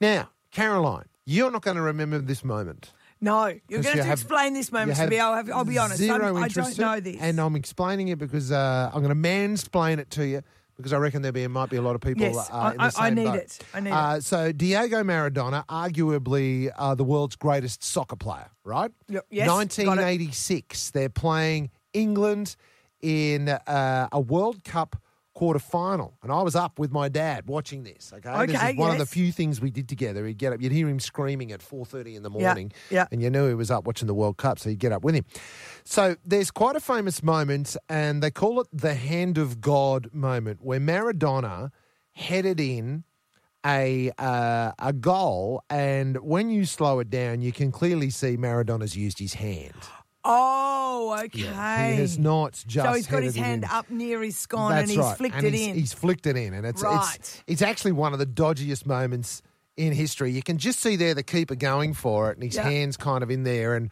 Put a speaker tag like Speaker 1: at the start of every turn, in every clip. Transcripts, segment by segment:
Speaker 1: Now, Caroline, you're not going to remember this moment.
Speaker 2: No, you're
Speaker 1: 'Cause
Speaker 2: going
Speaker 1: you
Speaker 2: to
Speaker 1: have-
Speaker 2: explain this
Speaker 1: you
Speaker 2: moment to
Speaker 1: have
Speaker 2: me. I'll, have, I'll be honest.
Speaker 1: Zero
Speaker 2: I'm, I
Speaker 1: interest
Speaker 2: don't know this.
Speaker 1: And I'm explaining it because uh, I'm going to mansplain it to you because I reckon there be, might be a lot of people.
Speaker 2: Yes,
Speaker 1: uh,
Speaker 2: I-
Speaker 1: in the
Speaker 2: I- I
Speaker 1: same
Speaker 2: need
Speaker 1: boat.
Speaker 2: it. I need
Speaker 1: uh, So Diego Maradona, arguably uh, the world's greatest soccer player, right?
Speaker 2: Yep, yes, got it.
Speaker 1: 1986. They're playing England in uh, a World Cup quarter final, and I was up with my dad watching this. Okay, this
Speaker 2: Okay,
Speaker 1: is one of the
Speaker 2: yes.
Speaker 1: few things we did together. He'd get up, you'd hear him screaming at 4:30 in the
Speaker 2: Yeah,
Speaker 1: morning,
Speaker 2: yeah.
Speaker 1: and you knew he was up watching the World Cup, so you'd get up with him. So there's quite a famous moment, and they call it the hand of God moment, where Maradona headed in a uh, a goal, and when you slow it down, you can clearly see Maradona's used his hand.
Speaker 2: Oh, okay.
Speaker 1: He has not just
Speaker 2: so he's got his
Speaker 1: headed it
Speaker 2: hand
Speaker 1: in.
Speaker 2: up near his scone
Speaker 1: That's
Speaker 2: and he's
Speaker 1: right.
Speaker 2: flicked
Speaker 1: and
Speaker 2: it
Speaker 1: he's,
Speaker 2: in.
Speaker 1: He's flicked it in, and it's it's
Speaker 2: Right.
Speaker 1: it's actually one of the dodgiest moments in history. You can just see there the keeper going for it, and his
Speaker 2: Yeah.
Speaker 1: hands kind of in there. And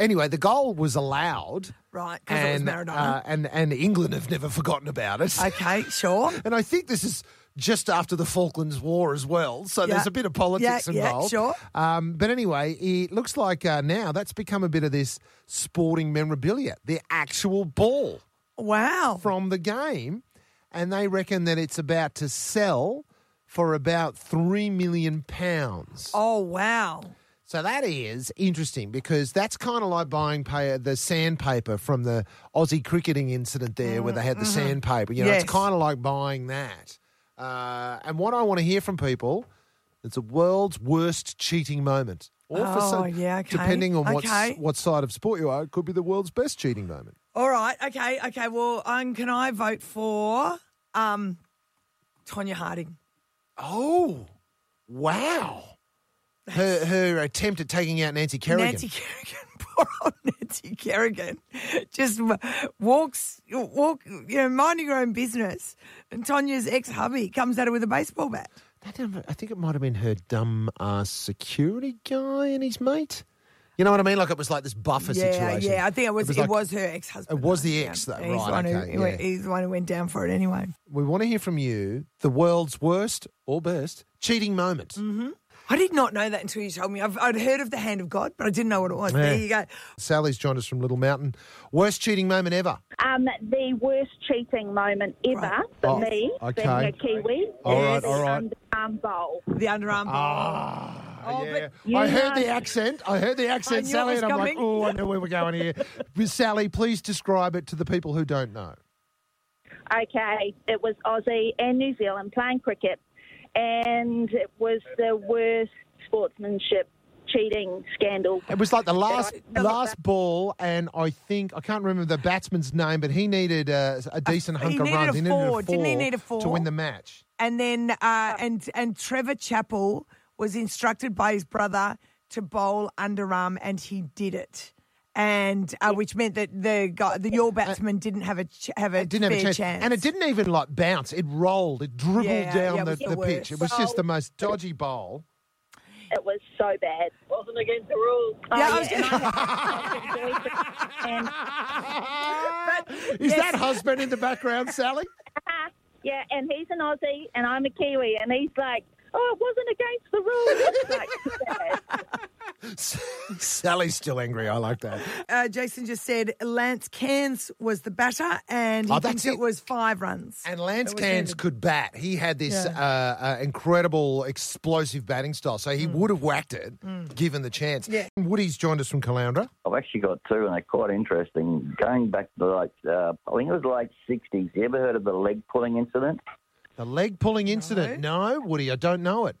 Speaker 1: anyway, the goal was allowed,
Speaker 2: Right, 'cause it was
Speaker 1: and
Speaker 2: Maradona.
Speaker 1: uh, and and England have never forgotten about it.
Speaker 2: okay, sure.
Speaker 1: And I think this is just after the Falklands War as well, so
Speaker 2: Yeah.
Speaker 1: there's a bit of politics
Speaker 2: Yeah, yeah,
Speaker 1: involved.
Speaker 2: sure.
Speaker 1: Um, but anyway, it looks like uh, now that's become a bit of this sporting memorabilia, the actual ball
Speaker 2: Wow.
Speaker 1: from the game, and they reckon that it's about to sell for about three million pounds.
Speaker 2: Oh, wow.
Speaker 1: So that is interesting because that's kind of like buying pay- the sandpaper from the Aussie cricketing incident there, where they had the sandpaper. You know,
Speaker 2: Mm, mm-hmm. Yes.
Speaker 1: it's kind of like buying that. Uh, and what I want to hear from people, it's the world's worst cheating moment. Or for
Speaker 2: Oh,
Speaker 1: some-
Speaker 2: yeah, okay,
Speaker 1: depending on what
Speaker 2: okay.
Speaker 1: what side of sport you are, it could be the world's best cheating moment.
Speaker 2: All right. Okay. Okay. Well, um, can I vote for um, Tonya Harding?
Speaker 1: Oh, wow. Her, her attempt at taking out Nancy Kerrigan.
Speaker 2: Nancy Kerrigan, poor old Nancy Kerrigan, just w- walks, walk, you know, minding her own business. And Tonya's ex hubby comes at her with a baseball bat.
Speaker 1: I, don't know, I think it might have been her dumb ass security guy and his mate. You know what I mean? Like it was like this buffer
Speaker 2: yeah,
Speaker 1: situation.
Speaker 2: yeah. I think it was it was,
Speaker 1: like-
Speaker 2: her ex husband.
Speaker 1: It was the ex, though,
Speaker 2: He's the
Speaker 1: right,
Speaker 2: one who-
Speaker 1: okay,
Speaker 2: who went-
Speaker 1: yeah.
Speaker 2: He's the one who went down for it anyway.
Speaker 1: We want to hear from you the world's worst or best cheating moment.
Speaker 2: Mm-hmm. I did not know that until you told me. I've, I'd heard of the hand of God, but I didn't know what it was. There
Speaker 1: Yeah.
Speaker 2: you go.
Speaker 1: Sally's joined us from Little Mountain. Worst cheating moment ever.
Speaker 3: Um, the worst cheating moment ever
Speaker 2: Right.
Speaker 3: for
Speaker 1: Oh,
Speaker 3: me,
Speaker 1: okay.
Speaker 3: being a Kiwi,
Speaker 1: All right,
Speaker 3: is um,
Speaker 1: all right.
Speaker 3: the underarm bowl.
Speaker 2: The underarm ball.
Speaker 1: Ah,
Speaker 2: Oh,
Speaker 1: yeah.
Speaker 3: but-
Speaker 1: I
Speaker 3: You
Speaker 1: heard
Speaker 3: know-
Speaker 1: the accent. I heard the accent,
Speaker 2: knew it
Speaker 1: Sally,
Speaker 2: was
Speaker 1: and I'm like,
Speaker 2: coming.
Speaker 1: oh, I know where we're going here. Miss Sally, please describe it to the people who don't know.
Speaker 3: Okay, it was Aussie and New Zealand playing cricket, and it was the worst sportsmanship cheating scandal.
Speaker 1: It was like the last
Speaker 3: Yeah.
Speaker 1: last ball, and I think I can't remember the batsman's name, but he needed a, a decent
Speaker 2: he
Speaker 1: hunk of
Speaker 2: needed
Speaker 1: runs.
Speaker 2: a four. Didn't he need
Speaker 1: to
Speaker 2: a four?
Speaker 1: win the match?
Speaker 2: and then uh, and and Trevor Chappell was instructed by his brother to bowl underarm, and he did it. And uh, which meant that the guy, the your batsman didn't have a ch- have a
Speaker 1: It didn't have
Speaker 2: fair
Speaker 1: a chance. and it didn't even like bounce. It rolled. It dribbled
Speaker 2: Yeah,
Speaker 1: down
Speaker 2: yeah, it
Speaker 1: the,
Speaker 2: was
Speaker 1: the,
Speaker 2: the
Speaker 1: pitch.
Speaker 2: worst.
Speaker 1: It was just the most dodgy bowl.
Speaker 3: It was so bad. Oh, Wasn't against the rules.
Speaker 2: Yeah, I was gonna-
Speaker 3: and,
Speaker 1: Is that husband in the background, Sally?
Speaker 3: uh-huh, yeah, and he's an Aussie, and I'm a Kiwi, and he's like, "Oh, it wasn't against the rules." It's like,
Speaker 1: Sally's still angry. I like that.
Speaker 2: Uh, Jason just said Lance Cairns was the batter, and he
Speaker 1: Oh, that's
Speaker 2: thinks it.
Speaker 1: it.
Speaker 2: was five runs.
Speaker 1: And Lance
Speaker 2: It was
Speaker 1: Cairns
Speaker 2: handed.
Speaker 1: could bat. He had this
Speaker 2: Yeah.
Speaker 1: uh, uh, incredible, explosive batting style. So he would have whacked it given the chance.
Speaker 2: Mm. Yeah.
Speaker 1: Woody's joined us from Caloundra.
Speaker 4: I've actually got two, and they're quite interesting. Going back to like, uh, I think it was late '60s. You ever heard of the leg pulling incident?
Speaker 1: The leg pulling incident. No, Woody, I don't know it.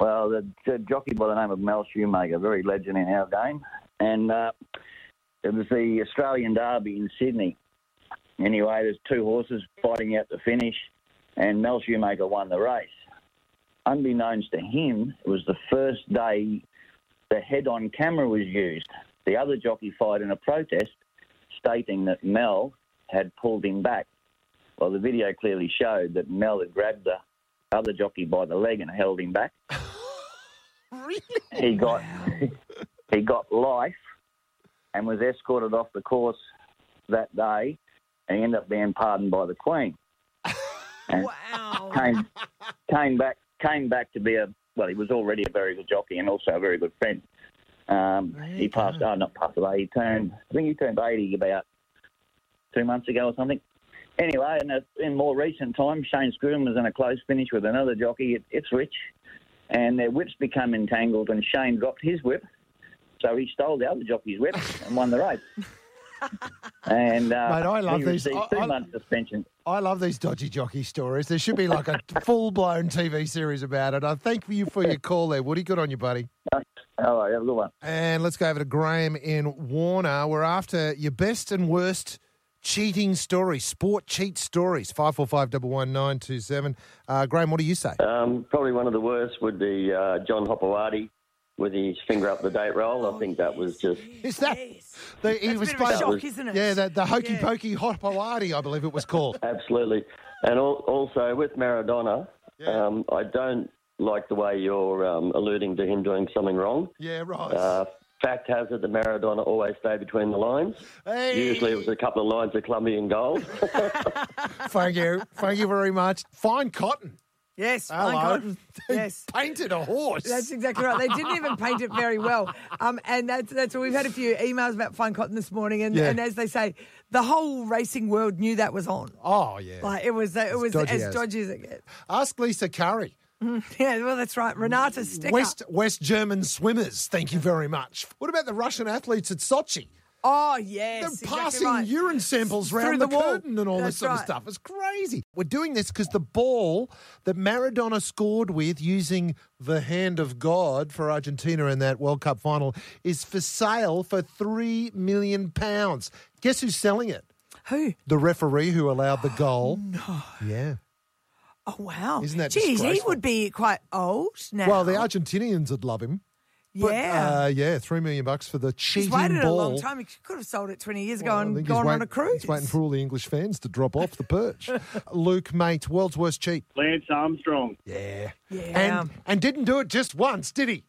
Speaker 4: Well, the, the jockey by the name of Mel Shoemaker, very legend in our game, and uh, it was the Australian Derby in Sydney. Anyway, there's two horses fighting out the finish, and Mel Shoemaker won the race. Unbeknownst to him, it was the first day the head-on camera was used. The other jockey fired in a protest, stating that Mel had pulled him back. Well, the video clearly showed that Mel had grabbed the other jockey by the leg and held him back
Speaker 1: Really?
Speaker 4: he got he got life and was escorted off the course that day and he ended up being pardoned by the Queen. And
Speaker 2: wow.
Speaker 4: came came back came back to be a well, he was already a very good jockey and also a very good friend. Um, he passed, oh, not passed away. He turned, I think he turned 80 about two months ago or something. Anyway, in, a, in more recent times, Shane Scroom was in a close finish with another jockey. It, it's Rich, and their whips become entangled, and Shane dropped his whip, so he stole the other jockey's whip and won the race. and uh,
Speaker 1: Mate, I love
Speaker 4: he
Speaker 1: these.
Speaker 4: received
Speaker 1: I-
Speaker 4: two
Speaker 1: I-
Speaker 4: months suspension.
Speaker 1: I love these dodgy jockey stories. There should be like a full blown TV series about it. I thank you for your call there, Woody. Good on you, buddy.
Speaker 4: All right, have a Oh, good one.
Speaker 1: And let's go over to Graham in Warner. We're after your best and worst cheating stories, sport cheat stories. Five four five double one nine two seven. Uh, Graham, what do you say?
Speaker 5: Um, probably one of the worst would be uh, John Hopewadi with his finger up the date roll. I think that was just
Speaker 1: Is that
Speaker 2: Yes.
Speaker 1: the, he
Speaker 2: That's
Speaker 1: was
Speaker 2: a bit of a
Speaker 1: playing-
Speaker 2: shock, isn't it?
Speaker 1: Yeah, the, the hokey
Speaker 2: Yeah.
Speaker 1: pokey hot Hawadi, I believe it was called.
Speaker 5: absolutely. And al- also with Maradona, um, I don't like the way you're um, alluding to him doing something wrong.
Speaker 1: Yeah, right.
Speaker 5: Uh, fact has it that Maradona always stayed between the lines.
Speaker 1: Hey.
Speaker 5: Usually it was a couple of lines of Colombian gold.
Speaker 1: thank you, thank you very much. Fine cotton.
Speaker 2: Yes. my
Speaker 1: Hello.
Speaker 2: God. Yes.
Speaker 1: Painted a horse.
Speaker 2: That's exactly right. They didn't even paint it very well. Um, and that's that's all. We've had a few emails about fine cotton this morning, and,
Speaker 1: Yeah.
Speaker 2: and as they say, the whole racing world knew that was on.
Speaker 1: oh yeah.
Speaker 2: Like it was, it was
Speaker 1: dodgy
Speaker 2: as
Speaker 1: as.
Speaker 2: dodgy as it gets.
Speaker 1: Ask Lisa Curry.
Speaker 2: Yeah, well, that's right. Renata Sticker.
Speaker 1: West West German swimmers, thank you very much. What about the Russian athletes at Sochi?
Speaker 2: oh
Speaker 1: They're
Speaker 2: yes, exactly
Speaker 1: passing
Speaker 2: right.
Speaker 1: urine samples
Speaker 2: Through
Speaker 1: round the,
Speaker 2: the wall.
Speaker 1: curtain and all this
Speaker 2: That's
Speaker 1: sort of
Speaker 2: right.
Speaker 1: stuff. It's crazy. We're doing this because the ball that Maradona scored with using the hand of God for Argentina in that World Cup final is for sale for three million pounds. Guess who's selling it?
Speaker 2: Who?
Speaker 1: The referee who allowed the goal. no. Yeah.
Speaker 2: Oh wow!
Speaker 1: Isn't that
Speaker 2: Geez, he
Speaker 1: disgraceful?
Speaker 2: would be quite old now.
Speaker 1: Well, the Argentinians would love him. But,
Speaker 2: yeah.
Speaker 1: uh, yeah, three million bucks for the
Speaker 2: He's
Speaker 1: cheating
Speaker 2: waited
Speaker 1: ball.
Speaker 2: a long time. He could have sold it 20 years ago
Speaker 1: Well, I
Speaker 2: and
Speaker 1: think
Speaker 2: gone
Speaker 1: he's
Speaker 2: on
Speaker 1: wait-
Speaker 2: a cruise.
Speaker 1: He's waiting for all the English fans to drop off the perch. Luke, mate, world's worst cheat.
Speaker 6: Lance Armstrong.
Speaker 1: Yeah.
Speaker 2: Yeah.
Speaker 1: And and didn't do it just once, did he?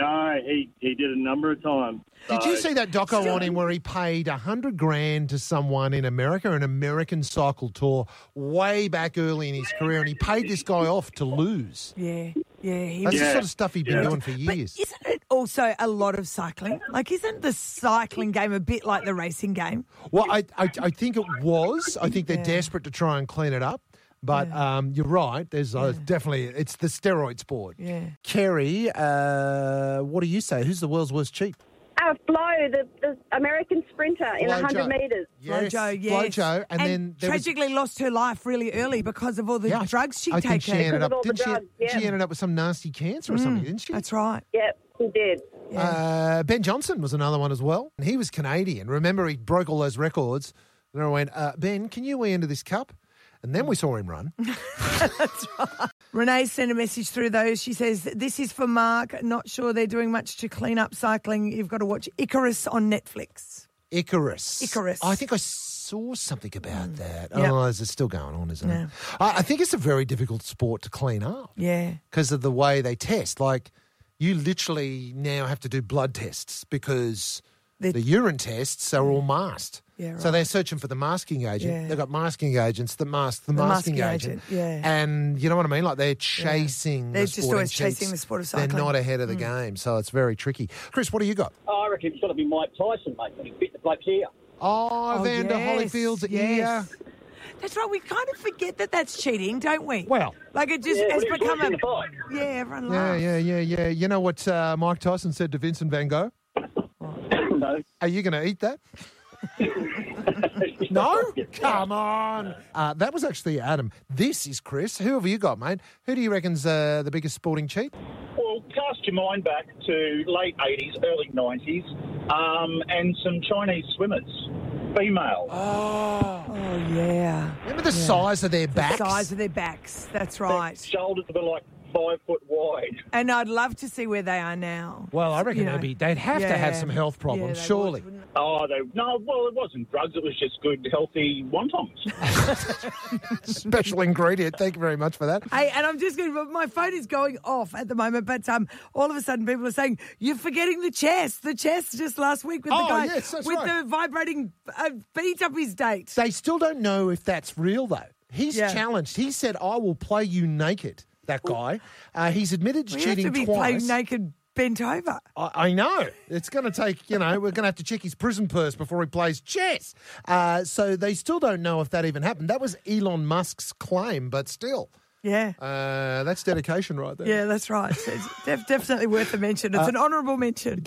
Speaker 6: No, he, he did a number of times.
Speaker 1: Did you
Speaker 6: So-
Speaker 1: see that doco on him where he paid a hundred grand to someone in America, an American cycle tour, way back early in his career, and he paid this guy off to lose?
Speaker 2: yeah, yeah. He
Speaker 1: That's
Speaker 2: was.
Speaker 1: the
Speaker 6: Yeah.
Speaker 1: sort of stuff he'd been
Speaker 6: Yeah.
Speaker 1: doing for
Speaker 2: But
Speaker 1: years.
Speaker 2: isn't it also a lot of cycling? Like, isn't the cycling game a bit like the racing game?
Speaker 1: Well, I, I, I think it was. I think they're
Speaker 2: Yeah.
Speaker 1: desperate to try and clean it up. But um, you're right. There's uh, definitely it's the steroids board.
Speaker 2: Yeah.
Speaker 1: Kerry, uh, what do you say? Who's the world's worst cheat?
Speaker 3: Uh, Flo, the, the American sprinter in
Speaker 1: Flo
Speaker 3: 100
Speaker 1: Jo.
Speaker 3: metres.
Speaker 1: Yes,
Speaker 2: Flojo,
Speaker 1: Flo
Speaker 2: yes.
Speaker 1: Jo, and, then there was-
Speaker 2: tragically lost her life really early because of all the
Speaker 1: yeah,
Speaker 2: drugs she'd
Speaker 1: I
Speaker 2: taken. Mm,
Speaker 1: think she ended
Speaker 3: Because of
Speaker 1: up.
Speaker 3: all the
Speaker 1: Did she?
Speaker 3: drugs, yeah.
Speaker 1: She ended up with some nasty cancer or something, didn't she?
Speaker 2: That's right.
Speaker 3: Yep, he did.
Speaker 1: Uh, ben Johnson was another one as well. And He was Canadian. Remember, he broke all those records. And I went, uh, Ben, can you weigh into this cup? And then we saw him run.
Speaker 2: Renee sent a message through those. She says, This is for Mark. Not sure they're doing much to clean up cycling. You've got to watch Icarus on Netflix.
Speaker 1: Icarus.
Speaker 2: Icarus. Mm.
Speaker 1: I think I saw something about that.
Speaker 2: Yeah.
Speaker 1: Oh, is it still going on, isn't
Speaker 2: Yeah.
Speaker 1: it? I, I think it's a very difficult sport to clean up
Speaker 2: Yeah.
Speaker 1: because of the way they test. Like, you literally now have to do blood tests because
Speaker 2: They-
Speaker 1: the urine tests are all masked.
Speaker 2: Yeah,
Speaker 1: So
Speaker 2: right.
Speaker 1: they're searching for the masking agent.
Speaker 2: Yeah.
Speaker 1: They've got masking agents that mask the,
Speaker 2: The
Speaker 1: masking,
Speaker 2: masking
Speaker 1: agent.
Speaker 2: agent, yeah.
Speaker 1: And you know what I mean? Like they're chasing.
Speaker 2: They're
Speaker 1: the
Speaker 2: just
Speaker 1: sporting
Speaker 2: always chasing
Speaker 1: cheats.
Speaker 2: the sport of
Speaker 1: They're
Speaker 2: cycling. Mm.
Speaker 1: not ahead of the game, so it's very tricky. Chris, what do you got?
Speaker 7: Oh, I reckon it's got to be Mike Tyson, mate. When he bit the bloke's ear.
Speaker 1: Oh, Vander
Speaker 2: yes,
Speaker 1: Holyfield's ear.
Speaker 2: yes. That's right. We kind of forget that that's cheating, don't we?
Speaker 1: Well-
Speaker 2: like it just
Speaker 7: Yeah,
Speaker 2: has
Speaker 7: when he was
Speaker 2: become a.
Speaker 7: in the fight.
Speaker 2: Yeah, everyone
Speaker 1: Yeah,
Speaker 2: laughs.
Speaker 1: yeah, yeah, yeah. You know what uh, Mike Tyson said to Vincent Van Gogh?
Speaker 7: no.
Speaker 1: Are you going to eat that? no? Come on. Uh, that was actually Adam. This is Chris. Who have you got, mate? Who do you reckon's uh, the biggest sporting cheat?
Speaker 8: Well, cast your mind back to late 80s, early 90s, um, and some Chinese swimmers, female.
Speaker 2: Oh yeah.
Speaker 1: Remember the size of their backs?
Speaker 2: The size of their backs. That's right.
Speaker 8: Shoulders were like five foot wide.
Speaker 2: And I'd love to see where they are now.
Speaker 1: well, I reckon
Speaker 2: You know.
Speaker 1: they'd, be, they'd have to have
Speaker 2: Yeah.
Speaker 1: some health
Speaker 2: Yeah,
Speaker 1: problems,
Speaker 2: they
Speaker 1: surely.
Speaker 2: would, wouldn't
Speaker 8: Oh, they, no, well, it wasn't drugs. It was just good, healthy wontons.
Speaker 1: Special ingredient. Thank you very much for that.
Speaker 2: they? Hey, and I'm just going. to My phone is going off at the moment, but um, all of a sudden people are saying you're forgetting the chest. The chest just last week with
Speaker 1: Oh,
Speaker 2: the guy
Speaker 1: yes, that's
Speaker 2: with
Speaker 1: right.
Speaker 2: the vibrating uh, beat up his date.
Speaker 1: They still don't know if that's real, though. He's
Speaker 2: Yeah.
Speaker 1: challenged. He said, I will play you naked. that guy. Uh, he's admitted to
Speaker 2: We have
Speaker 1: cheating
Speaker 2: to be
Speaker 1: twice.
Speaker 2: playing naked bent over.
Speaker 1: I, I know. It's going to take, you know, we're going to have to check his prison purse before he plays chess. Uh, so they still don't know if that even happened. That was Elon Musk's claim, but still,
Speaker 2: Yeah.
Speaker 1: uh, that's dedication right there.
Speaker 2: yeah, that's right. It's def- definitely worth a mention. It's an honourable mention.